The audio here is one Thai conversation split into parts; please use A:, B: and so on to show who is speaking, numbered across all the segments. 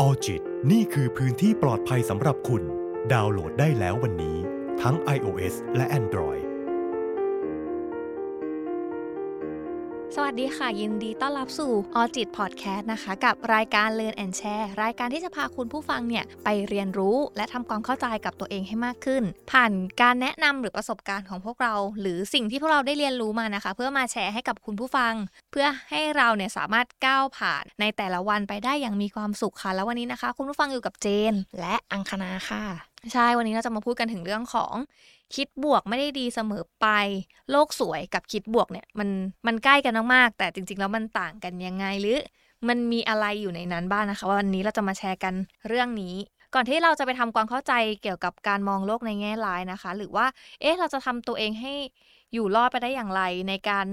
A: ออจิตนี่คือพื้นที่ปลอดภัยสำหรับคุณ ดาวน์โหลดได้แล้ววันนี้ ทั้ง iOS และ Android
B: สวัสดีค่ะ ยินดีต้อนรับสู่ออจิตพอดแคสต์นะคะ กับรายการ Learn and Share รายการที่จะพาคุณผู้ฟังเนี่ย ไปเรียนรู้และทำความเข้าใจกับตัวเองให้มากขึ้น ผ่านการแนะนำหรือประสบการณ์ของพวกเรา หรือสิ่งที่พวกเราได้เรียนรู้มานะคะ เพื่อมาแชร์ให้กับคุณผู้ฟัง เพื่อให้เราเนี่ยสามารถก้าวผ่านในแต่ละวันไปได้อย่างมีความสุขค่ะ แล้ววันนี้นะคะ คุณผู้ฟังอยู่กับเจน และอังคณาค่ะ ใช่วันนี้เราจะมาพูดกันถึงเรื่องของ คิดบวกไม่ได้ดีเสมอไป โลกสวยกับคิดบวกเนี่ยมันมันใกล้กันมากๆ แต่จริง ๆ แล้วมันต่างกันยังไงหรือ มันมีอะไรอยู่ในนั้นบ้างนะคะ วันนี้เราจะมาแชร์กันเรื่องนี้ ก่อนที่เราจะไปทำความเข้าใจเกี่ยวกับการมองโลกในแง่ร้ายนะคะ หรือว่า เอ๊ะเราจะทำตัวเองให้อยู่รอดไปได้อย่างไรในการ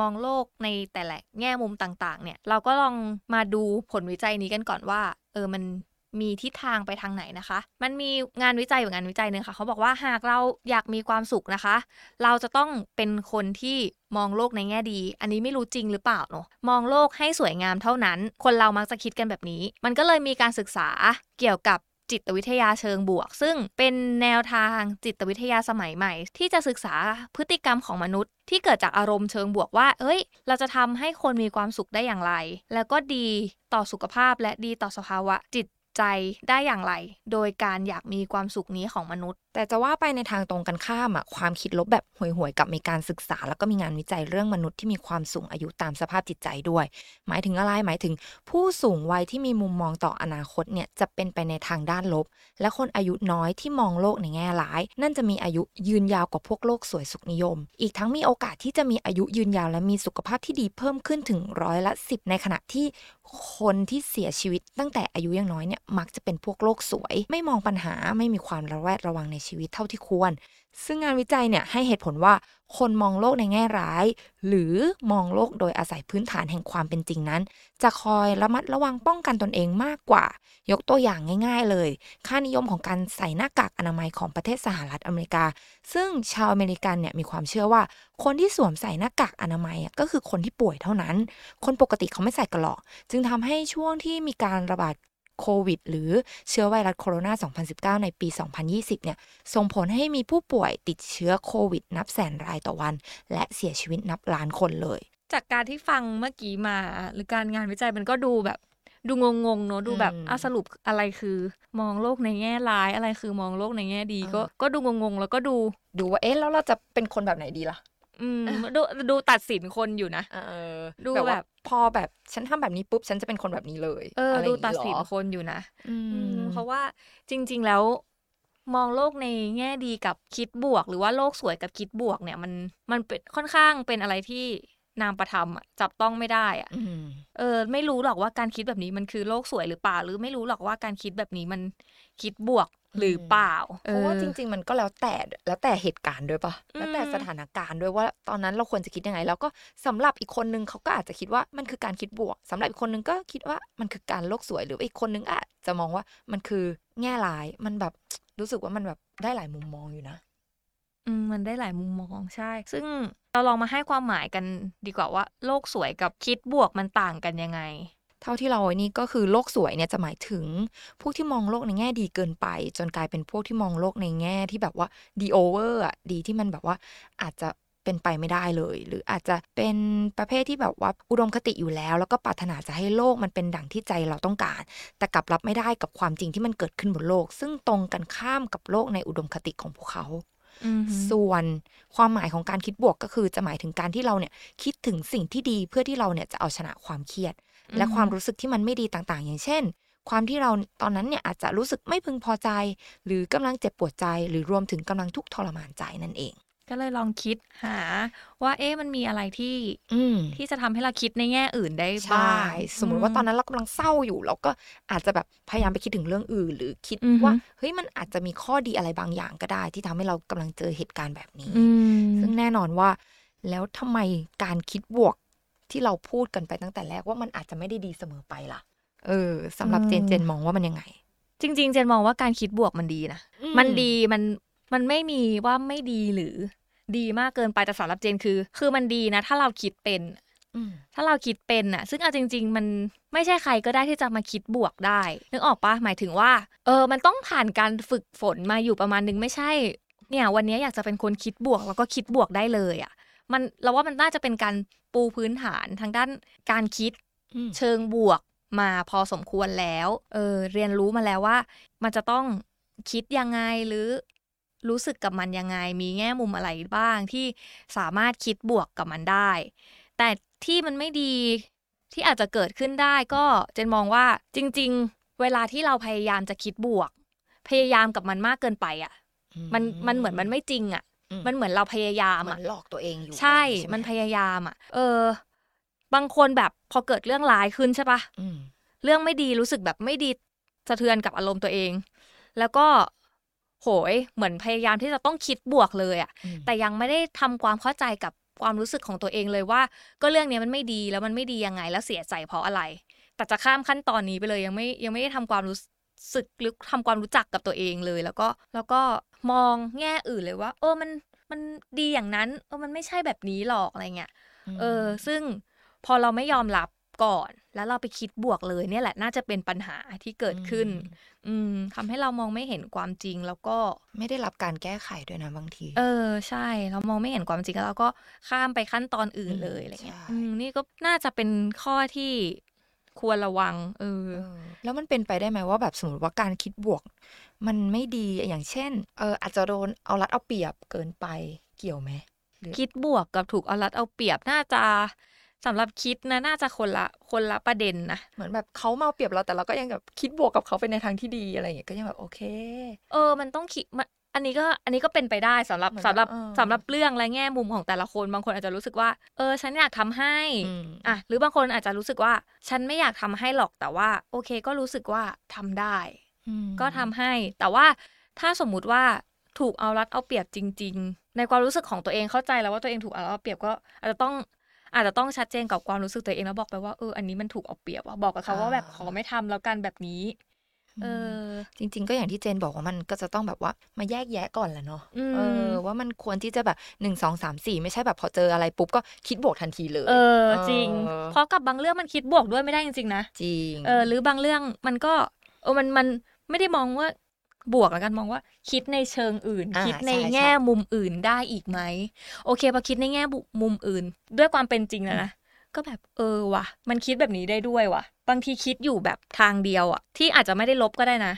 B: มองโลกในแต่ละแง่มุมต่างๆ เนี่ย เราก็ลองมาดูผลวิจัยนี้กันก่อนว่า เออมันมีทิศทางไปทางไหนนะคะ มันมีงานวิจัยอยู่งานวิจัยหนึ่งค่ะ เขาบอกว่าหากเราอยากมีความสุขนะคะ เราจะต้องเป็นคนที่มองโลกในแง่ดี อันนี้ไม่รู้จริงหรือเปล่าเนอะมองโลกให้สวยงามเท่านั้น คนเรามักจะคิดกันแบบนี้ มันก็เลยมีการศึกษาเกี่ยวกับจิตวิทยาเชิงบวก ซึ่งเป็นแนวทางจิตวิทยาสมัยใหม่ ที่จะศึกษาพฤติกรรมของมนุษย์ ที่เกิดจากอารมณ์เชิงบวกว่า เอ้ย เราจะทำให้คนมีความสุขได้อย่างไร แล้วก็ดีต่อสุขภาพและดีต่อสภาวะจิตใจได้อย่างไร โดยการอยากมีความสุขนี้ของมนุษย์
C: แต่จะว่าไปในทางตรงกันข้ามอ่ะความคิดลบแบบห่วยๆกับมีการศึกษา แล้วก็มีงานวิจัยเรื่องมนุษย์ที่มีความสูงอายุตามสภาพจิตใจด้วย หมายถึงอะไรหมายถึง ผู้สูงวัยที่มีมุมมองต่ออนาคตเนี่ยจะเป็นไปในทางด้านลบ และคนอายุน้อยที่มองโลกในแง่ร้าย นั่นจะมีอายุยืนยาวกว่าพวกโลกสวยสุขนิยม อีกทั้งมีโอกาสที่จะมีอายุยืนยาวและมีสุขภาพที่ดีเพิ่มขึ้นถึงร้อยละ10ในขณะที่ คนที่เสียชีวิตตั้งแต่อายุยังน้อยเนี่ยมักจะเป็นพวกโลกสวย ไม่มองปัญหาไม่มีความระแวดระวังในชีวิตเท่าที่ควร ซึ่งงานวิจัยเนี่ยให้เหตุผลว่าคนมองโลกในแง่ร้าย หรือมองโลกโดยอาศัยพื้นฐานแห่งความเป็นจริงนั้น จะคอยระมัดระวังป้องกันตนเองมากกว่า ยกตัวอย่างง่ายๆเลย ค่านิยมของการใส่หน้ากากอนามัยของประเทศสหรัฐอเมริกา ซึ่งชาวอเมริกันเนี่ยมีความเชื่อว่า คนที่สวมใส่หน้ากากอนามัยอะก็คือคนที่ป่วยเท่านั้น คนปกติเขาไม่ใส่กันหรอก จึงทำให้ช่วงที่มีการระบาดโควิด หรือเชื้อไวรัสโคโรนา 2019 ในปี 2020 เนี่ย ส่งผลให้มีผู้ป่วยติดเชื้อโควิด นับแสนรายต่อวัน และเสียชีวิตนับล้านคนเลย
B: จากการที่ฟังเมื่อกี้มา หรือการงานวิจัยมันก็ดูแบบ ดูงงๆเนอะดูแบบ
C: อืม
B: อะสรุปอะไรคือ มองโลกในแง่ร้ายอะไรคือมองโลกในแง่ดี
C: อ่า
B: ก็ก็ดูงงๆแล้วก็ดู
C: ดูว่า เอ๊ะ แล้วเราจะเป็นคนแบบไหนดีล่ะ
B: อืมดูดูตัดสินคนอยู่นะ
C: เออ
B: ดู
C: ว่า
B: แบบ
C: พอแบบฉันทำแบบนี้ปุ๊บ ฉันจะเป็นคนแบบนี้เลย
B: เอออ
C: ะไร
B: ดู
C: ย่าง
B: ตัด
C: นี้หรอ
B: สินคนอยู่นะ
C: อื
B: อืม
C: ม
B: เพราะว่าจริง ๆ แล้วมองโลกในแง่ดีกับคิดบวก หรือว่าโลกสวยกับคิดบวกเนี่ยมันมันเป็นค่อนข้างเป็นอะไรที่นามประธรรมอะจับต้องไม่ได้อะ
C: อืม
B: เออไม่รู้หรอกว่าการคิดแบบนี้มันคือโลกสวยหรือเปล่า หรือไม่รู้หรอกว่าการคิดแบบนี้มันคิดบวกหรือเปล่า
C: เพราะว่า
B: ออ
C: จริง ๆ มันก็แล้วแต่แล้วแต่เหตุการณ์ด้วยปะ
B: อืม
C: แล้วแต่สถานการณ์ด้วยว่าตอนนั้นเราควรจะคิดยังไง แล้วก็สำหรับอีกคนนึงเขาก็อาจจะคิดว่ามันคือการคิดบวกสำหรับอีกคนนึงก็คิดว่ามันคือการโลกสวยหรือว่าอีกคนนึงอาจจะมองว่ามันคือแง่ร้ายมันแบบ รู้สึกว่ามันแบบได้หลายมุมมองอยู่นะ
B: อืมมันได้หลายมุมมองใช่ ซึ่งเราลองมาให้ความหมายกันดีกว่าว่า โลกสวยกับคิดบวกมันต่างกันยังไง
C: เท่าที่เราไอ้นี่ก็คือโลกสวยเนี่ยจะหมายถึง พวกที่มองโลกในแง่ดีเกินไป จนกลายเป็นพวกที่มองโลกในแง่ที่แบบว่าดีโอเวอร์อ่ะดีที่มันแบบว่าอาจจะเป็นไปไม่ได้เลย หรืออาจจะเป็นประเภทที่แบบว่าอุดมคติอยู่แล้ว แล้วก็ปรารถนาจะให้โลกมันเป็นดั่งที่ใจเราต้องการ แต่กลับรับไม่ได้กับความจริงที่มันเกิดขึ้นบนโลก ซึ่งตรงกันข้ามกับโลกในอุดมคติของพวกเขา
B: อืมฮึ
C: ส่วนความหมายของการคิดบวกก็คือจะหมายถึงการที่เราเนี่ยคิดถึงสิ่งที่ดีเพื่อที่เราเนี่ยจะเอาชนะความเครียด และความรู้สึกที่มันไม่ดีต่างๆ อย่างเช่น ความที่เราตอนนั้นเนี่ยอาจจะรู้สึกไม่พึงพอใจ หรือกำลังเจ็บปวดใจ หรือรวมถึงกำลังทุกข์ทรมานใจนั่นเอง
B: ก็เลยลองคิดหา ว่าเอ๊ะมันมีอะไรที่
C: อืม
B: ที่จะทำให้เราคิดในแง่อื่นได้
C: ใช่
B: บ้าง
C: สมมุติว่าตอน
B: ม
C: นั้นเรากำลังเศร้าอยู่ เราก็อาจจะแบบพยายามไปคิดถึงเรื่องอื่น หรือคิด
B: อือฮึ
C: ว่าเฮ้ยมันอาจจะมีข้อดีอะไรบางอย่างก็ได้ ที่ทำให้เรากำลังเจอเหตุการณ์แบบนี้
B: อืม
C: ซึ่งแน่นอนว่า แล้วทำไมการคิดบวกที่เราพูดกันไปตั้งแต่แรกว่ามันอาจจะไม่ได้ดีเสมอไปล่ะ เออสำหรับเจน
B: อืม
C: เจนมองว่ามันยังไง
B: จริง ๆ เจนมองว่าการคิดบวกมันดีนะ มันดีมันมันไม่มีว่าไม่ดีหรือ ดีมากเกินไปแต่สำหรับเจนคือ คือมันดีนะ ถ้าเราคิดเป็น
C: อืม
B: ถ้าเราคิดเป็นน่ะ ซึ่งเอาจริง ๆ มันไม่ใช่ใครก็ได้ที่จะมาคิดบวกได้ นึกออกปะหมายถึงว่า เออ มันต้องผ่านการฝึกฝนมาอยู่ประมาณนึงไม่ใช่ เนี่ย วันนี้อยากจะเป็นคนคิดบวกแล้วก็คิดบวกได้เลยอะ่ะ มันเราว่ามันน่าจะเป็นการปูพื้นฐานทางด้านการคิด เชิงบวกมาพอสมควรแล้ว เออ เรียนรู้มาแล้วว่า มันจะต้องคิดยังไงหรือรู้สึกกับมันยังไง มีแง่มุมอะไรบ้างที่สามารถคิดบวกกับมันได้ แต่ที่มันไม่ดีที่อาจจะเกิดขึ้นได้ก็เจนมองว่าจริง ๆ เวลาที่เราพยายามจะคิดบวก พยายามกับมันมากเกินไปอะ่ะ มันมันเหมือนมันไม่จริงอะ่ะ
C: อืม
B: มันเหมือนเราพยายาม
C: เหมือ
B: อะ
C: นหลอกตัวเองอยู่
B: ใช่
C: อะไรอย่างงี้
B: มัน
C: ใช่
B: พ
C: ไห
B: ยายามอ่ะ เออ บางคนแบบพอเกิดเรื่องร้ายขึ้นใช่ปะ
C: อืม
B: เรื่องไม่ดีรู้สึกแบบไม่ดีสะเทือนกับอารมณ์ตัวเอง แล้วก็โหยเหมือนพยายามที่จะต้องคิดบวกเลยอ่ะ
C: อืม
B: แต่ยังไม่ได้ทำความเข้าใจกับความรู้สึกของตัวเองเลยว่า ก็เรื่องเนี้ยมันไม่ดีแล้วมันไม่ดียังไงแล้วเสียใจเพราะอะไร แต่จะข้ามขั้นตอนนี้ไปเลยยังไม่ยังไม่ได้ทำความรู้สึกหรือทำความรู้จักกับตัวเองเลย แล้วก็แล้วก็มองแง่อื่นเลยว่า เออมันมันดีอย่างนั้นเออมันไม่ใช่แบบนี้หรอกอะไรเงี้ย เออ ซึ่งพอเราไม่ยอมรับก่อน แล้วเราไปคิดบวกเลยเนี่ยแหละน่าจะเป็นปัญหาที่เกิดขึ้น อืมทำให้เรามองไม่เห็นความจริงแล้วก็
C: ไม่ได้รับการแก้ไขด้วยนะบางที
B: เออ ใช่ เรามองไม่เห็นความจริงแล้วเราก็ข้ามไปขั้นตอนอื่นเลย
C: อืม
B: อะไรเงี้ย
C: ใช่
B: อืมนี่ก็น่าจะเป็นข้อที่ควรระวัง เออ
C: เออแล้วมันเป็นไปได้ไหมว่าแบบสมมติว่าการคิดบวก มันไม่ดีอย่างเช่นเอออาจจะโดนเอารัดเอาเปรียบเกินไปเกี่ยวไหม
B: คิดบวกกับถูกเอารัดเอาเปรียบน่าจะสำหรับคิดนะน่าจะคนละคนละประเด็นนะ
C: เหมือนแบบเขามาเอาเปรียบเราแต่เราก็ยังแบบคิดบวกกับเขาไปในทางที่ดีอะไรอย่างเงี้ยก็ยังแบบโอเค
B: เออ มันต้องคิดมันอันนี้ก็ อันนี้ก็เป็นไปได้สำหรับ
C: เหมือน
B: สำหรับ
C: เออ
B: สำหรับเรื่องและแง่มุมของแต่ละคน บางคนอาจจะรู้สึกว่า เออ ฉันอยากทำให้
C: อืม
B: อ่ะ หรือบางคนอาจจะรู้สึกว่า ฉันไม่อยากทำให้หรอก แต่ว่า โอเค ก็รู้สึกว่าทำได้
C: อืม
B: ก็ทำให้ แต่ว่าถ้าสมมุติว่าถูกเอารัดเอาเปรียบจริง ๆ ในความรู้สึกของตัวเองเข้าใจแล้วว่าตัวเองถูกเอารัดเอาเปรียบก็ อาจจะต้องอาจจะต้องชัดเจนกับความรู้สึกตัวเองแล้วบอกไปว่าเอออันนี้มันถูกเอาเปรียบว่ะบอกกับเขาว่าแบบขอไม่ทำแล้วกันแบบนี้ เออ
C: จริง ๆ ก็อย่างที่เจนบอกว่ามันก็จะต้องแบบว่ามาแยกแยะก่อนแหละเนาะ
B: อืม
C: เออว่ามันควรที่จะแบบหนึ่งสองสามสี่ไม่ใช่แบบพอเจออะไรปุ๊บก็คิดบวกทันทีเลย
B: เออจริง
C: เออ
B: เพราะกับบางเรื่องมันคิดบวกด้วยไม่ได้จริงๆนะ
C: จริง
B: เออหรือบางเรื่องมันก็เออมันมันไม่ได้มองว่าบวกแล้วกันมองว่า คิดในเชิงอื่น
C: า
B: คิดใน
C: ใช่
B: แง่มุมอื่นได้อีกไหมโอเคพอคิดในแง่มุมอื่น ด้วยความเป็นจริงแล้วนะก็แบบเออว่ะ มันคิดแบบนี้ได้ด้วยว่ะ บางทีคิดอยู่แบบทางเดียวอ่ะ ที่อาจจะไม่ได้ลบก็ได้นะ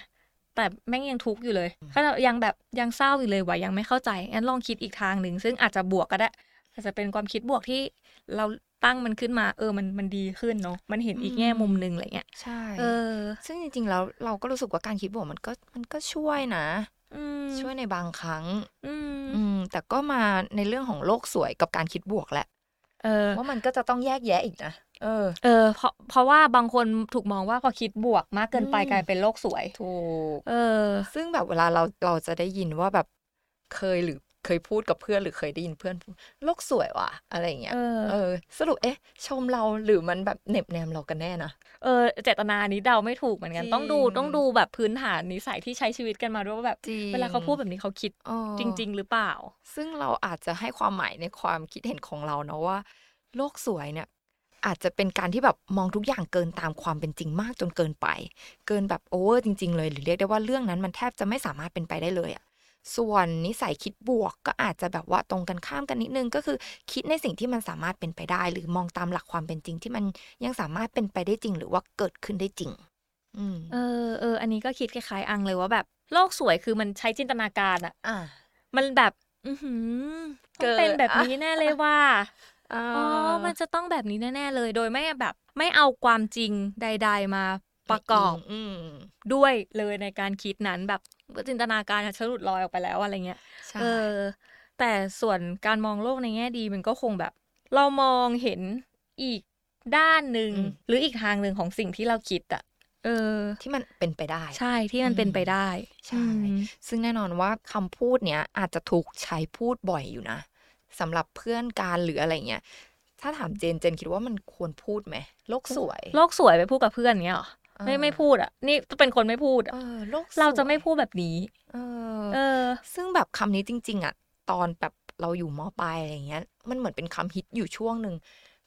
B: แต่แม่งยังทุกข์อยู่เลยขณะยังแบบยังเศร้าอยู่เลยว่ะยังไม่เข้าใจงั้นลองคิดอีกทางหนึ่งซึ่งอาจจะบวกก็ได้ อาจจะเป็นความคิดบวกที่เราตั้งมันขึ้นมา เออมันมันดีขึ้นเนาะมันเห็นอีกแง่มุมหนึ่งอะไรเงี้ย
C: ใช่
B: เออ
C: ซึ่งจริง ๆ แล้วเราก็รู้สึกว่าการคิดบวกมันก็มันก็ช่วยนะ
B: อืม
C: ช่วยในบางครั้ง
B: อืม
C: อืมแต่ก็มาในเรื่องของโลกสวยกับการคิดบวกแหละ
B: เออ
C: ว่ามันก็จะต้องแยกแยะอีกนะเออ
B: เออเพราะเพราะว่าบางคนถูกมองว่าพอคิดบวกมากเกินไป
C: อืม
B: กลายเป็นโลกสวย
C: ถูก
B: เออ
C: ซึ่งแบบเวลาเราเราจะได้ยินว่าแบบเคยหรือเคยพูดกับเพื่อนหรือเคยได้ยินเพื่อนพูดโลกสวยว่ะอะไรอย่างเงี้ย
B: เออ
C: เออ สรุปเอ๊ะ ชมเราหรือมันแบบเหน็บแนมเรากันแน่นะ
B: เออเจตนานี้เดาไม่ถูกเหมือนกัน
C: จริง
B: ต้องดูต้องดูแบบพื้นฐานนิสัยที่ใช้ชีวิตกันมาด้วยว่าแบบ
C: จริง
B: เวลาเขาพูดแบบนี้เขาคิด
C: เออ
B: จริง ๆ หรือเปล่า
C: ซึ่งเราอาจจะให้ความหมายในความคิดเห็นของเราเนาะว่า โลกสวยเนี่ย อาจจะเป็นการที่แบบมองทุกอย่างเกินตามความเป็นจริงมากจนเกินไป เกินแบบโอเวอร์จริง ๆ เลย หรือเรียกได้ว่าเรื่องนั้นมันแทบจะไม่สามารถเป็นไปได้เลยอะส่วนนิสัยคิดบวกก็อาจจะแบบว่าตรงกันข้ามกันนิดนึงก็คือ คิดในสิ่งที่มันสามารถเป็นไปได้ หรือมองตามหลักความเป็นจริงที่มันยังสามารถเป็นไปได้จริง หรือว่าเกิดขึ้นได้จริง อืม
B: เออเอออันนี้ก็คิดคล้ายๆอังเลยว่าแบบโลกสวยคือมันใช้จินตนาการอะ
C: อ่า
B: มันแบบ อือหือ
C: เกิ
B: ต้อง
C: ด
B: เป็นแบบนี้แน่เลยว่า
C: อ๋อ
B: อ๋อ มันจะต้องแบบนี้แน่ๆเลย โดยไม่แบบ ไม่เอาความจริงใด ๆ มาประกอบ
C: อืม
B: ด้วยเลยในการคิดนั้นแบบจินตนาการอะฉลุดลอยออกไปแล้วอะไรเงี้ย
C: ใช่
B: เออ แต่ส่วนการมองโลกในแง่ดีมันก็คงแบบ เรามองเห็นอีกด้านหนึ่ง
C: อืม
B: หรืออีกทางหนึ่งของสิ่งที่เราคิดอะเออ
C: ที่มันเป็นไปได้
B: ใช่ที่มันเป็นไปได้
C: ใช่
B: อืม
C: ซึ่งแน่นอนว่าคำพูดเนี้ยอาจจะถูกใช้พูดบ่อยอยู่นะสำหรับเพื่อนการหรืออะไรเงี้ยถ้าถามเจนเจนคิดว่ามันควรพูดไหมโลกสวย
B: โลกสวยไปพูดกับเพื่อนเงี้ยเหรอ
C: เออ
B: ไม่ไม่พูดอ่ะ นี่เป็นคนไม่พูดอะ
C: เออโลกสวย
B: เราจะไม่พูดแบบนี้
C: เออ
B: เออ
C: ซึ่งแบบคำนี้จริง ๆอ่ะตอนแบบเราอยู่มปลายอะไรเงี้ย มันเหมือนเป็นคำฮิตอยู่ช่วงหนึ่ง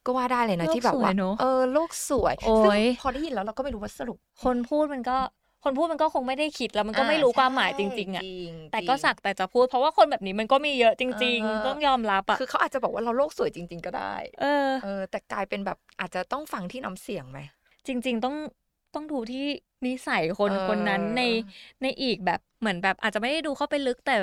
C: ก็ว่าได้เลยนะ
B: โลก
C: ที่แบบ
B: สวย
C: ว่า
B: เนอะ
C: เออโลกสวย
B: โอ๊
C: ซึ่ง
B: ย
C: พอได้ยินแล้วเราก็ไม่รู้ว่าสรุป
B: คนพูดมันก็คนพูดมันก็คงไม่ได้คิดแล้วมันก็
C: อ่
B: ไม่รู้ความหมายจ
C: ใช่
B: ริงๆอ่ะ
C: ริง
B: แต่ก็
C: จริง
B: สักแต่จะพูดเพราะว่าคนแบบนี้มันก็มีเยอะจริง
C: เออ
B: ๆ ต้องยอมรับอ่ะ
C: คือเขาอาจจะบอกว่าเราโลกสวยจริง ๆ ก็ได้
B: เออ
C: เออแต่กลายเป็นแบบอาจจะต้องฟังที่น้ำเสียงไหม
B: จริง ๆ ต้องต้องดูที่นิสัยคน
C: เออ
B: คนนั้นในในอีกแบบเหมือนแบบอาจจะไม่ได้ดูเข้าไปลึกแต่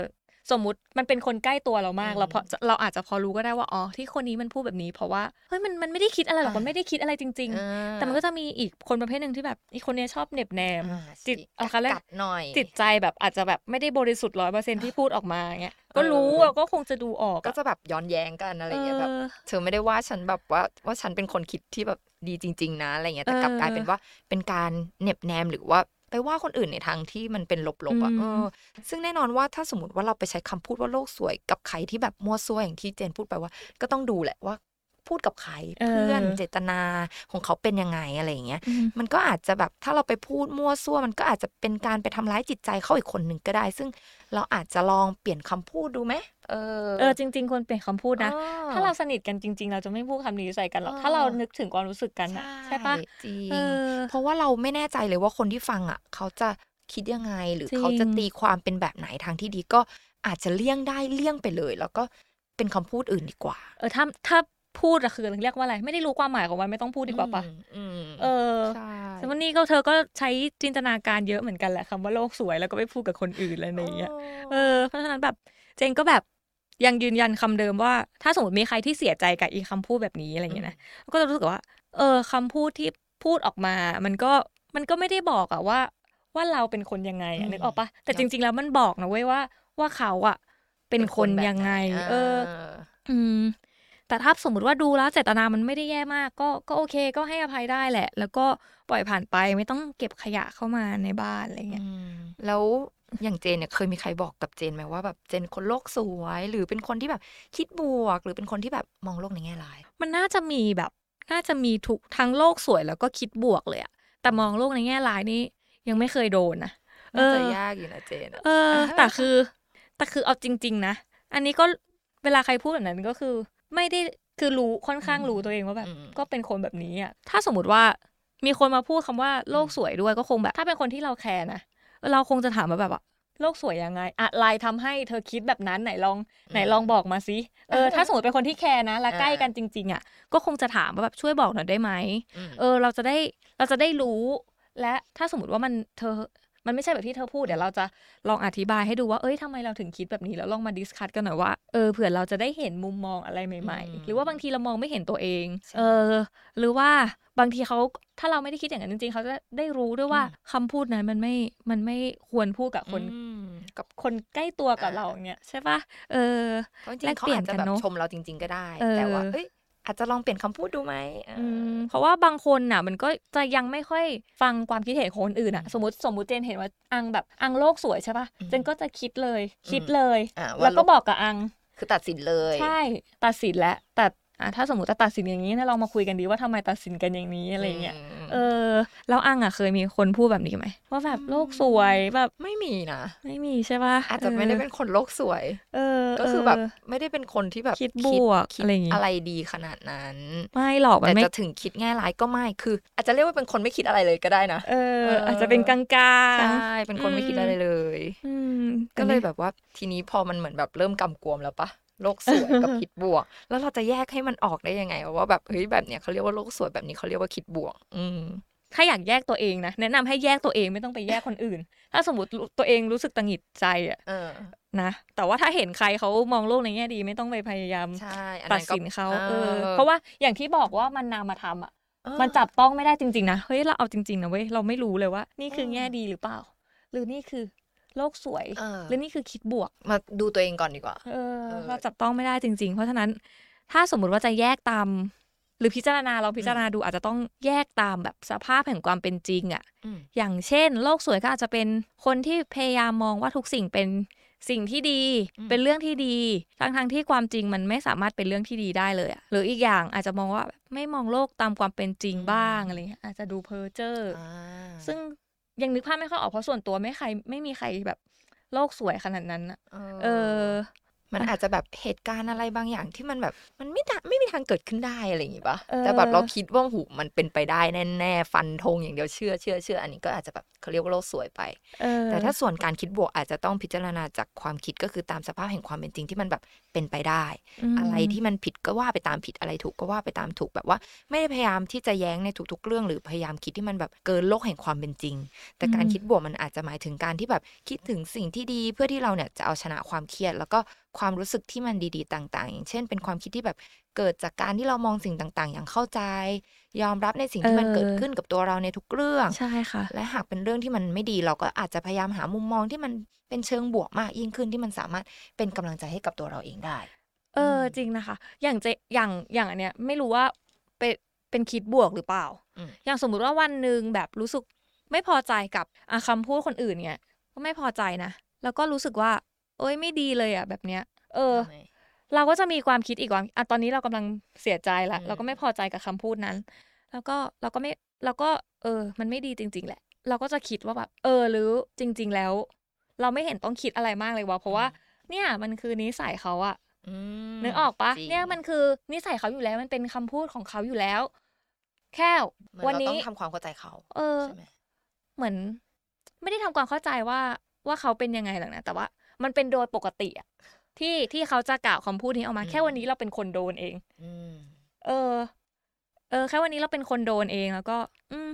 B: สมมุติมันเป็นคนใกล้ตัวเรามาก
C: อืม
B: เราพอเราอาจจะพอรู้ก็ได้ว่าอ๋อที่คนนี้มันพูดแบบนี้ เพราะว่าเฮ้ยมันมันไม่ได้คิดอะไรหรอก
C: อ่ะ
B: มันไม่ได้คิดอะไรจริง
C: อ่า
B: ๆ แต่มันก็จะมีอีกคนประเภทหนึ่งที่แบบอีคนเนี้ยชอบเหน็บแนม
C: อ่า
B: จิตเอาเขาเรียก
C: กัดหน่อย
B: จิตใจแบบอาจจะแบบไม่ได้บริสุทธิ์ร้อยเปอร์เซ็นที่พูดออกมาเงี้ยก็
C: เออ
B: รู้อะก็คงจะดูออก
C: ก็
B: อะ
C: จะแบบย้อนแย้งกันอะไรอย่างเงี้ยแบบ
B: เออ
C: เธอไม่ได้ว่าฉันแบบว่าว่าฉันเป็นคนคิดที่แบบดีจริง ๆ นะอะไรเงี้ยแต่กลับ
B: เออก
C: ลายเป็นว่าเป็นการเหน็บแนมหรือว่าไปว่าคนอื่นในทางที่มันเป็นลบๆอ่ะ
B: อืม
C: เออซึ่งแน่นอนว่าถ้าสมมติว่าเราไปใช้คำพูดว่าโลกสวยกับใครที่แบบมั่วซั่วอย่างที่เจนพูดไปว่า ก็ต้องดูแหละว่าพูดกับใครเพื่อนเจตนาของเขาเป็นยังไงอะไรอย่างเงี้ย
B: อืม
C: มันก็อาจจะแบบถ้าเราไปพูดมั่วซั่ว มันก็อาจจะเป็นการไปทำร้ายจิตใจเขาอีกคนหนึ่งก็ได้ ซึ่งเราอาจจะลองเปลี่ยนคำพูดดูไหมเออ
B: เออจริง ๆ คนเปลี่ยนคำพูดนะ
C: อ๋อ
B: ถ้าเราสนิทกันจริง ๆ เราจะไม่พูดคำนี้ใส่กันหรอก
C: เออ
B: ถ้าเรานึกถึงความรู้สึกกันอะใช่ปะ
C: จริง
B: เออ
C: เพราะว่าเราไม่แน่ใจเลยว่าคนที่ฟังอ่ะ เขาจะคิดยังไงหรือ
B: จริง
C: เขาจะตีความเป็นแบบไหนทางที่ดีก็อาจจะเลี่ยงได้เลี่ยงไปเลย แล้วก็เป็นคำพูดอื่นดีกว่า
B: เออถ้าถ้าพูดอะคือเรียกว่าอะไร ไม่ได้รู้ความหมายของมันไม่ต้องพูดดีกว่าปะ
C: อืมอืม
B: เออ
C: ใช่
B: แต่วันนี้ก็เธอก็ใช้จินตนาการเยอะเหมือนกันแหละคำว่าโลกสวยแล้วก็ไปพูดกับคนอื่นอะไรอย่างเงี้ยเออเพราะฉะนั้นแบบเจนก็แบบยังยืนยันคำเดิมว่า ถ้าสมมติมีใครที่เสียใจกับอีคำพูดแบบนี้อะไรอย่างเงี้ยนะ ก็จะรู้สึกว่า เออคำพูดที่พูดออกมา มันก็ มันก็ไม่ได้บอกอะว่า ว่าเราเป็นคนยังไงอะนึกออกปะ แต่จริง ๆ แล้วมันบอกนะเว้ยว่า ว่าเขาอะเป็นคนยังไง
C: แบบหน
B: เออ
C: า
B: อืม แต่ถ้าสมมติว่าดูแล้วเจตนามันไม่ได้แย่มาก ก็ ก็โอเค ก็ให้อภัยได้แหละ แล้วก็ปล่อยผ่านไป ไม่ต้องเก็บขยะเข้ามาในบ้านอะไรเงี้ย
C: อืมแล้วอย่างเจนเนี่ยเคยมีใครบอกกับเจนไหมว่าแบบเจนคนโลกสวย หรือเป็นคนที่แบบคิดบวก หรือเป็นคนที่แบบมองโลกในแง่ร้าย
B: มันน่าจะมีแบบ น่าจะมีทุกทั้งโลกสวยแล้วก็คิดบวกเลยอะแต่มองโลกในแง่ร้ายนี่ยังไม่เคยโดนนะ เออ
C: น่าจะยากอยู่นะเจนอะ
B: เออ แต่คือแต่คือเอาจริง ๆ นะ อันนี้ก็เวลาใครพูดแบบนั้นก็คือ ไม่ได้คือรู้ค่อนข้างรู้ตัวเองว่าแบบ
C: ม
B: ก็เป็นคนแบบนี้อ่ะถ้าสมมติว่ามีคนมาพูดคำว่าโลกสวยด้วยก็คงแบบ ถ้าเป็นคนที่เราแคร์นะเราคงจะถามว่าแบบว่าโลกสวยยังไง อะไรทำให้เธอคิดแบบนั้นไหนลองไหนลองบอกมาสิเออ
C: เออ
B: ถ้าสมมติเป็นคนที่แคร์นะและ
C: อ่า
B: ใกล้กันจริง ๆ อ่ะ ก็คงจะถามว่าแบบช่วยบอกหน่อยได้ไหม
C: ม
B: เออเราจะได้เราจะได้รู้และถ้าสมมติว่ามันเธอมันไม่ใช่แบบที่เธอพูดเดี๋ยวเราจะลองอธิบายให้ดูว่าเอ้ยทำไมเราถึงคิดแบบนี้แล้วลองมาดิสคัตกันหน่อยว่าเออเผื่อเราจะได้เห็นมุมมองอะไรใหม่
C: อืม
B: ๆ หรือว่าบางทีเรามองไม่เห็นตัวเอง
C: ใช่
B: เออ หรือว่าบางทีเขาถ้าเราไม่ได้คิดอย่างนั้นจริงๆเขาจะได้รู้ด้วยว่า
C: อืม
B: คำพูดนั้นมันไม่มันไม่ควรพูดกับคน
C: อืมกับ
B: คนใกล้ตัวกับ
C: อ่า
B: เราอย่างเงี้ยใช่ปะเออ
C: เพราะจ
B: แล
C: ริ
B: ก
C: งๆเขา
B: เปลี่ยน
C: อาจจะ
B: กัน
C: แบบ
B: เนอะ
C: ชมเราจริง ๆ ก็ได้
B: เออ
C: แต่ว่าเอ้ยอาจจะลองเปลี่ยนคำพูดดูไหมเอออ
B: อืมเพราะว่าบางคนน่ะ มันก็จะยังไม่ค่อยฟังความคิดเห็นของคนอื่นอ่ะ
C: อืม
B: สมมติสมมติเจนเห็นว่าอังแบบอังโลกสวยใช่ปะ
C: อืม
B: เจนก็จะคิดเลย
C: อืม
B: คิดเลย
C: อ่าว่า
B: แล้วก็บอกกับอัง
C: คือตัดสินเลย
B: ใช่ตัดสินแล้วแต่อ่ะถ้าสมมติจะตัดสินอย่างนี้นะเรามาคุยกันดีว่าทำไมตัดสินกันอย่างนี้อะไรเงี้ย
C: ม
B: เออแล้วอังอ่ะเคยมีคนพูดแบบนี้ไหมว่าแบบโลกสวยแบบ
C: ไม่มีนะ
B: ไม่มีใช่ปะ
C: อาจจะไม่ได้เป็นคนโลกสวย
B: เออ
C: ก็คือแบบ
B: เ
C: ไม่ได้เป็นคนที่แบบ
B: คิดบวก
C: คิด
B: อะไรอย่างงี้
C: อะไรดีขนาดนั้น
B: ไม่หรอกมัน
C: แต่
B: ไม่
C: จะถึงคิดแง่ร้ายก็ไม่ คือ อาจจะเรียกว่าเป็นคนไม่คิดอะไรเลยก็ได้นะ
B: เออ
C: เอออ
B: อาจจะเป็นกลางๆ
C: ใช่ เป็นคนไม่คิดอะไรเลย
B: อืม
C: ก็เลยแบบว่าทีนี้พอมันเหมือนแบบเริ่มกำกวมแล้วปะโลกสวย กับคิดบวก แล้วเราจะแยกให้มันออกได้ยังไงว่าแบบเฮ้ยแบบเนี้ยเขาเรียกว่าโลกสวยแบบนี้เขาเรียกว่าคิดบวก อืม
B: ถ้าอยากแยกตัวเองนะแนะนำให้แยกตัวเองไม่ต้องไปแยกคนอื่น ถ้าสมมติรู้ตัวเองรู้สึกตังหงิดใจอะ
C: เออ
B: นะแต่ว่าถ้าเห็นใครเขามองโลกในแง่ดีไม่ต้องไปพยายาม
C: ใช่ อัน
B: ตัด
C: นั้นก็
B: สินเขาเอ
C: อ
B: อ
C: อ
B: เพราะว่าอย่างที่บอกว่ามันนามธรรมอ่ะ
C: เออ
B: มันจับต้องไม่ได้จริงๆนะเฮ้ยเราเอาจริงๆนะเว้ยเราไม่รู้เลยว่า นี่คือ
C: เออ
B: แง่ดีหรือเปล่า หรือนี่คือโลกสวย
C: เออ
B: หรือนี่คือคิดบวก
C: มาดูตัวเองก่อนดีกว่า
B: เออ
C: เออ
B: เราจับต้องไม่ได้จริง ๆ เพราะฉะนั้นถ้าสมมุติว่าจะแยกตาม หรือพิจารณาเราพิจารณาดูอาจจะต้องแยกตามแบบสภาพแห่งความเป็นจริงอ่ะ อย่างเช่น โลกสวยก็อาจจะเป็นคนที่พยายามมองว่าทุกสิ่งเป็นสิ่งที่ดี
C: อืม
B: เป็นเรื่องที่ดีทั้งทงๆที่ความจริงมันไม่สามารถเป็นเรื่องที่ดีได้เลยอะหรืออีกอย่างอาจจะมองว่าแบบไม่มองโลกตามความเป็นจริงบ้างอะไรเงี้ยอาจจะดูเพ้อเจ้ออ
C: อ่า
B: ซึ่งยังนึกภาพไม่ค่อยออกเพราะส่วนตัวไม่ใครไม่มีใครแบบโลกสวยขนาดนั้นอะเออ
C: มันอาจจะแบบเหตุการณ์อะไรบางอย่างที่มันแบบมันไม่น่าไม่มีทางเกิดขึ้นได้อะไรอย่างงี้ปะ
D: เออ
C: แต่แบบเราคิดว่าหูมันเป็นไปได้แน่ๆฟันธงอย่างเดียวเชื่อเชื่อเชื่ออันนี้ก็อาจจะแบบเขาเรียกว่าโลกสวยไป
D: เออ
C: แต่ถ้าส่วนการคิดบวกอาจจะต้องพิจารณาจากความคิดก็คือตามสภาพแห่งความเป็นจริงที่มันแบบเป็นไปได้
D: ม
C: อะไรที่มันผิดก็ว่าไปตามผิดอะไรถูกก็ว่าไปตามถูกแบบว่า ไม่ได้พยายามที่จะแย้งในทุกๆเรื่อง หรือพยายามคิดที่มันแบบเกินโลกแห่งความเป็นจริง แต่การ
D: อืม
C: คิดบวกมันอาจจะหมายถึงการที่แบบคิดถึงสิ่งที่ดีเพื่อที่เราเนี่ยจะเอาชนะความเครียด แล้วก็ความรู้สึกที่มันดีๆต่าง ๆ อย่างเช่น เป็นความคิดที่แบบเกิดจากการที่เรามองสิ่งต่าง ๆ อย่างเข้าใจ ยอมรับในสิ่งที่มันเกิดขึ้นกับตัวเราในทุกเรื่อง
D: ใช่ค่ะ
C: และหากเป็นเรื่องที่มันไม่ดีเราก็อาจจะพยายามหามุมมองที่มันเป็นเชิงบวกมากยิ่งขึ้นที่มันสามารถเป็นกำลังใจให้กับตัวเราเองได้
B: เอออ
C: ม
B: จริงนะคะ อย่างเจอย่างอย่างอันเนี้ยไม่รู้ว่าเป็นเป็นคิดบวกหรือเปล่า
C: อืม
B: อย่างสมมุติว่าวันหนึ่งแบบรู้สึกไม่พอใจกับอ่ะคำพูดคนอื่นเนี่ย ก็ไม่พอใจนะ แล้วก็รู้สึกว่า เอ้ยไม่ดีเลยอ่ะแบบเนี้ย เออ
C: ใช่
B: เราก็จะมีความคิดอีกว่าอ่ะตอนนี้เรากำลังเสียใจละ
C: อืม
B: เราก็ไม่พอใจกับคำพูดนั้น แล้วก็เราก็ไม่เราก็เออ มันไม่ดีจริง ๆ แหละ เราก็จะคิดว่าแบบเออหรือจริง ๆ แล้ว เราไม่เห็นต้องคิดอะไรมากเลยวะเพราะว่า เนี่ยมันคือนิสัยเขาอะ
C: อืม
B: นึกออกปะ
C: จริง
B: เนี่ยมันคือนิสัยเขาอยู่แล้วมันเป็นคำพูดของเขาอยู่แล้ว แค่
C: เหมือ
B: วัน น
C: เราต้
B: นี้
C: องทำความเข้าใจเขา
B: เออ
C: ใช่ไหม
B: เหมือน ไม่ได้ทำความเข้าใจว่าว่าเขาเป็นยังไงหรอกนะแต่ว่า มันเป็นโดยปกติอะที่ที่เขาจะกล่าวคำพูดนี้ออกมา แค่วันนี้เราเป็นคนโดนเอง
C: อืม
B: เออ เออ แค่วันนี้เราเป็นคนโดนเองแล้วก็ อืม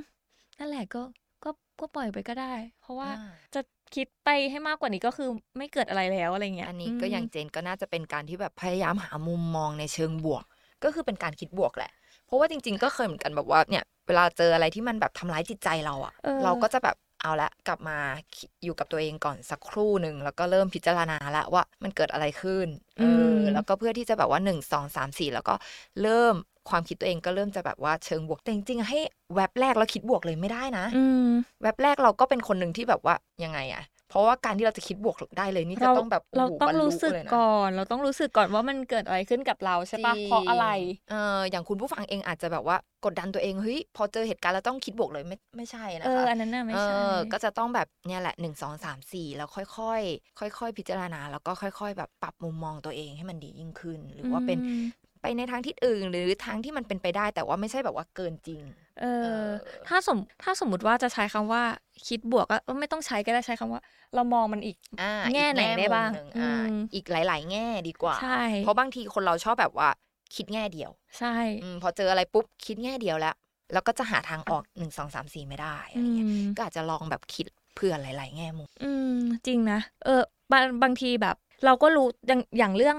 B: นั่นแหละก็ก็ก็ปล่อยไปก็ได้ เพราะว่า
C: อ่
B: จะคิดไปให้มากกว่านี้ก็คือไม่เกิดอะไรแล้วอะไรเงี้ย
C: อันนี้ก็อย่าง
B: ม
C: เจนก็น่าจะเป็นการที่แบบพยายามหามุมมองในเชิงบวก ก็คือเป็นการคิดบวกแหละ เพราะว่าจริง ๆ ก็เคยเหมือนกันแบบว่าเนี่ย เวลาเจออะไรที่มันแบบทำร้ายจิตใจเราอะ
B: เออ
C: เราก็จะแบบเอาละกลับมาคิดอยู่กับตัวเองก่อนสักครู่หนึ่งแล้วก็เริ่มพิจารณาละว่ามันเกิดอะไรขึ้นเอออ
B: ม
C: แล้วก็เพื่อที่จะแบบว่าหนึ่งสองสามสี่แล้วก็เริ่มความคิดตัวเองก็เริ่มจะแบบว่าเชิงบวกแต่จริงๆให้แวบแรกแล้วคิดบวกเลยไม่ได้นะ
B: อืม
C: แวบแรกเราก็เป็นคนหนึ่งที่แบบว่ายังไงอะเพราะว่าการที่เราจะคิดบวกได้เลยนี่จะ
B: เรา
C: ต้องแบบโโห
B: เราต้องรู้สึก
C: บรรลุเลยนะ
B: ก่อน เราต้องรู้สึกก่อนว่ามันเกิดอะไรขึ้นกับเราใช่ปะ
C: จง
B: เพราะอะไร
C: เอออย่างคุณผู้ฟังเองอาจจะแบบว่ากดดันตัวเองเฮ้ยพอเจอเหตุการณ์แล้วต้องคิดบวกเลยไม่ไม่ใช่นะ
B: เออ
C: คะ
B: อันนั้นน่ะไม่
C: เอ
B: ใช่
C: อก็จะต้องแบบเนี่ยแหละหนึ่งสองสามสี่แล้วค่อยๆค่อย ๆ พิจารณาแล้วก็ค่อย ๆ แบบปรับมุมมองตัวเองให้มันดียิ่งขึ้น หรือว่าเป็น
B: ม
C: ไปในทางที่อื่น หรือทางที่มันเป็นไปได้แต่ว่าไม่ใช่แบบว่าเกินจริง
B: เอ
C: เอ
B: อ
C: อ
B: ถ้าสมถ้าสมมติว่าจะใช้คำว่าคิดบวกก็เอ้ยไม่ต้องใช้ก็ได้ใช้คำว่า เรามองมันอีก
C: อ่า
B: แง่ไหน
C: อีก
B: ได้บ้าง
C: มุมหนึ่อ่า
B: อืม
C: อีกหลาย ๆ แง่ดีกว่า
B: ใช่
C: เพราะบางทีคนเราชอบแบบว่าคิดแง่เดียว
B: ใช่
C: อมพอเจออะไรปุ๊บคิดแง่เดียวแล้ว แล้วก็จะหาทางออกหนึ่งสองสามสี่ไม่ได้อะไรเงี้ย
B: อืม
C: ก็อาจจะลองแบบคิดเผื่อหลาย ๆ แง่มุม
B: อืมจริงนะเออบางบางทีแบบ เราก็รู้อย่างอย่างเรื่อง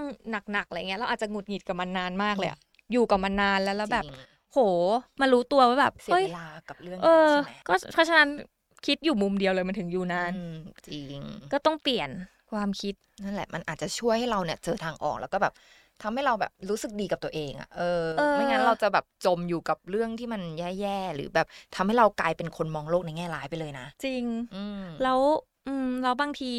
B: หนักๆอะไรเงี้ยเราอาจจะหงุดหงิดกับมันนานมากเลยอะอยู่กับมันนานแล้วแล้วแบบ
C: จริง
B: โหมารู้ตัวว่าแบบ
C: เสีย
B: อ้
C: เวลากับเรื่อง
B: เอ
C: นั้น
B: อ
C: ใช่ไหม
B: ก็เพราะฉะนั้นคิดอยู่มุมเดียวเลยมันถึงอยู่นาน
C: อืมจริง
B: ก็ต้องเปลี่ยนความคิด
C: นั่นแหละมันอาจจะช่วยให้เราเนี่ยเจอทางออกแล้วก็แบบทำให้เราแบบรู้สึกดีกับตัวเองอ่ะเออ
B: เออ
C: ไม่งั้นเราจะแบบจมอยู่กับเรื่องที่มันแย่ๆหรือแบบทำให้เรากลายเป็นคนมองโลกในแง่ร้ายไปเลยนะ
B: จริง
C: อืม
B: แล้วอืมแล้วบางที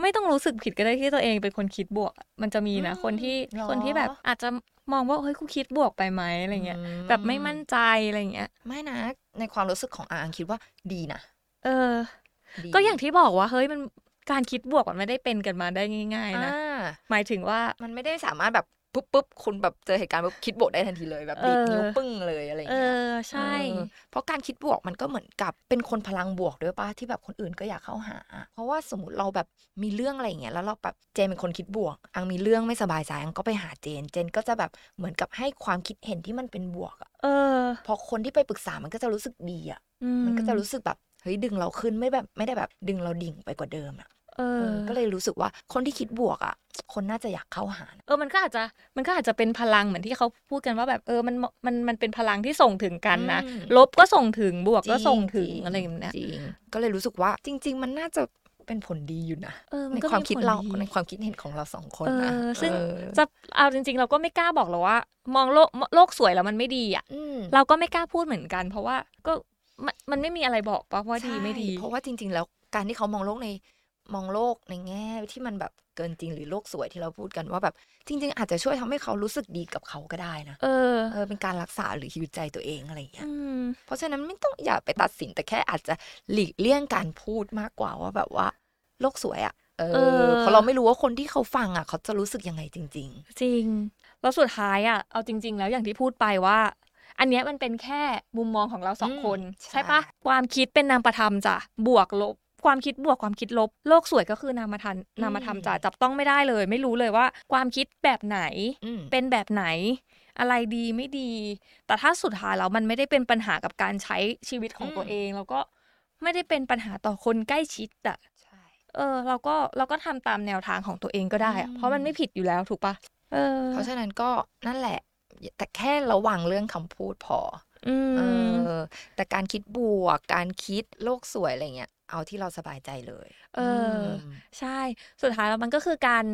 B: ไม่ต้องรู้สึกผิดก็ได้ที่ตัวเองเป็นคนคิดบวก มันจะมีนะ
C: อืม
B: คนที่
C: หรอ
B: คนที่แบบอาจจะมองว่าเฮ้ยกูคิดบวกไปไหมอะไรเงี้ย
C: อื
B: แบบไม่มั่นใจอะไรเงี้ย
C: ไม่นะ ในความรู้สึกของอาอังคิดว่าดีนะ
B: เออ
C: ดี
B: ก็อย่างที่บอกว่าเฮ้ยมันการคิดบวกมันไม่ได้เป็นกันมาได้ง่าย ๆ นะ
C: อ่า
B: หมายถึงว่า
C: มันไม่ได้สามารถแบบปุ๊บปุ๊บคุณแบบเจอเหตุการณ์ปุ๊บคิดบวกได้ทันทีเลยแบบดีดนิ้ว
B: เออ
C: ปึ้งเลยอะไรอย่า
B: เอง
C: เงี้ย
B: อใช่
C: เออเพราะการคิดบวกมันก็เหมือนกับเป็นคนพลังบวกด้วยป่ะที่แบบคนอื่นก็อยากเข้าหา เพราะว่าสมมติเราแบบมีเรื่องอะไรอย่างเงี้ยแล้วเราแบบเจนเป็นคนคิดบวก อังมีเรื่องไม่สบายใจอังก็ไปหาเจน เจนก็จะแบบเหมือนกับให้ความคิดเห็นที่มันเป็นบวกอะ
B: เออ
C: พอคนที่ไปปรึกษามันก็จะรู้สึกดีอะ
B: อื
C: มันก็จะรู้สึกแบบเฮ้ยดึงเราขึ้นไม่แบบไม่ได้แบบดึงเราดิ่งไปกว่าเดิมอะ
B: เอ
C: เอ
B: อ
C: อก็เลยรู้สึกว่าคนที่คิดบวกอ่ะ คนน่าจะอยากเข้าหานะ
B: เออ มันก็อาจจะ มันก็อาจจะเป็นพลังเหมือนที่เขาพูดกันว่าแบบ เออ มัน มัน มันเป็นพลังที่ส่งถึงกันนะ
C: อืม
B: ลบก็ส่งถึง บวกก็ส่งถึง
C: จ
B: อะไรอย่างเงี้ย
C: จริงก็เลยรู้สึกว่าจริง ๆ มันน่าจะเป็นผลดีอยู่นะ
B: เออ มั
C: ใน
B: นก็
C: ความคิดเรา
B: ผล
C: ในความคิดเห็นของเราสองคน
B: เอ
C: นะ
B: อ ซึ่ง
C: เออ
B: จะเอาจริง ๆ เราก็ไม่กล้าบอกหรอกว่า มองโลก โลกสวยแล้วมันไม่ดีอ่ะ
C: อืม
B: เราก็ไม่กล้าพูดเหมือนกัน เพราะว่าก็มันมันไม่มีอะไรบอกปะว่าดีไม่ดี
C: ใช่เพราะว่าจริง ๆ แล้วการที่เขามองโลกในมองโลกในแง่ที่มันแบบเกินจริงหรือโลกสวยที่เราพูดกันว่าแบบจริง ๆ อาจจะช่วยทำให้เขารู้สึกดีกับเขาก็ได้นะ
B: เออ
C: เออเป็นการรักษาหรือฮิวใจตัวเองอะไรอย่างเงี้ย
B: อืม
C: เพราะฉะนั้นไม่ต้องอย่าไปตัดสินแต่แค่อาจจะหลีกเลี่ยงการพูดมากกว่าว่าแบบว่า โลกสวยอะเอ เอ
B: เอ
C: อ
B: อ
C: เพราะเราไม่รู้ว่าคนที่เขาฟังอ่ะ เขาจะรู้สึกยังไงจริง
B: จริง แล้วสุดท้ายอ่ะ เอาจริง ๆ แล้วอย่างที่พูดไปว่า อันเนี้ยมันเป็นแค่มุมมองของเราสอง
C: อืม
B: คน
C: ใช่
B: ใช่ปะความคิดเป็นนามประธรรมจ้ะบวกลบ ความคิดบวกความคิดลบ โลกสวยก็คือนามธรรมนามธรรมจ้ะจับต้องไม่ได้เลย ไม่รู้เลยว่า ความคิดแบบไหน
C: ๆ อืม
B: เป็นแบบไหน อะไรดีไม่ดี แต่ถ้าสุดท้ายแล้วมันไม่ได้เป็นปัญหากับการใช้ชีวิตของ
C: อืม
B: ตัวเอง แล้วก็ไม่ได้เป็นปัญหาต่อคนใกล้ชิดอ่ะ
C: ใช่
B: เออเราก็เราก็ทำตามแนวทางของตัวเองก็ได้อะ
C: อืม
B: เพราะมันไม่ผิดอยู่แล้วถูกปะเออ
C: เพราะฉะนั้นก็นั่นแหละ แต่แค่ระวังเรื่องคำพูดพอ
B: อื
C: อ
B: ม
C: เออ แต่การคิดบวก การคิดโลกสวยอะไรเงี้ย เอาที่เราสบายใจเลย
B: เอออ
C: ม
B: ใช่ สุดท้ายแล้วมันก็คือการ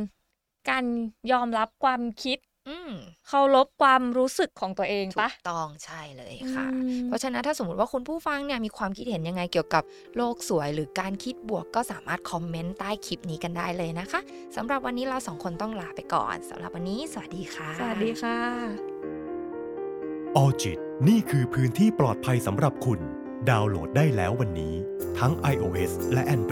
B: การยอมรับความคิด
C: อืม
B: เคารพความรู้สึกของตัวเอง
C: ถู
B: ปะ
C: กต้องใช่เลยค่ะ
B: อืม
C: เพราะฉะนั้นถ้าสมมติว่าคุณผู้ฟังเนี่ยมีความคิดเห็นยังไงเกี่ยวกับโลกสวย หรือการคิดบวกก็สามารถคอมเมนต์ใต้คลิปนี้กันได้เลยนะคะสำหรับวันนี้เราสองคนต้องลาไปก่อนสำหรับวันนี้ สวัสดีค่ะ
B: สวัสดีค่ะ
A: ออจิตนี่คือพื้นที่ปลอดภัยสำหรับคุณ ดาวน์โหลดได้แล้ววันนี้ ทั้ง iOS และ Android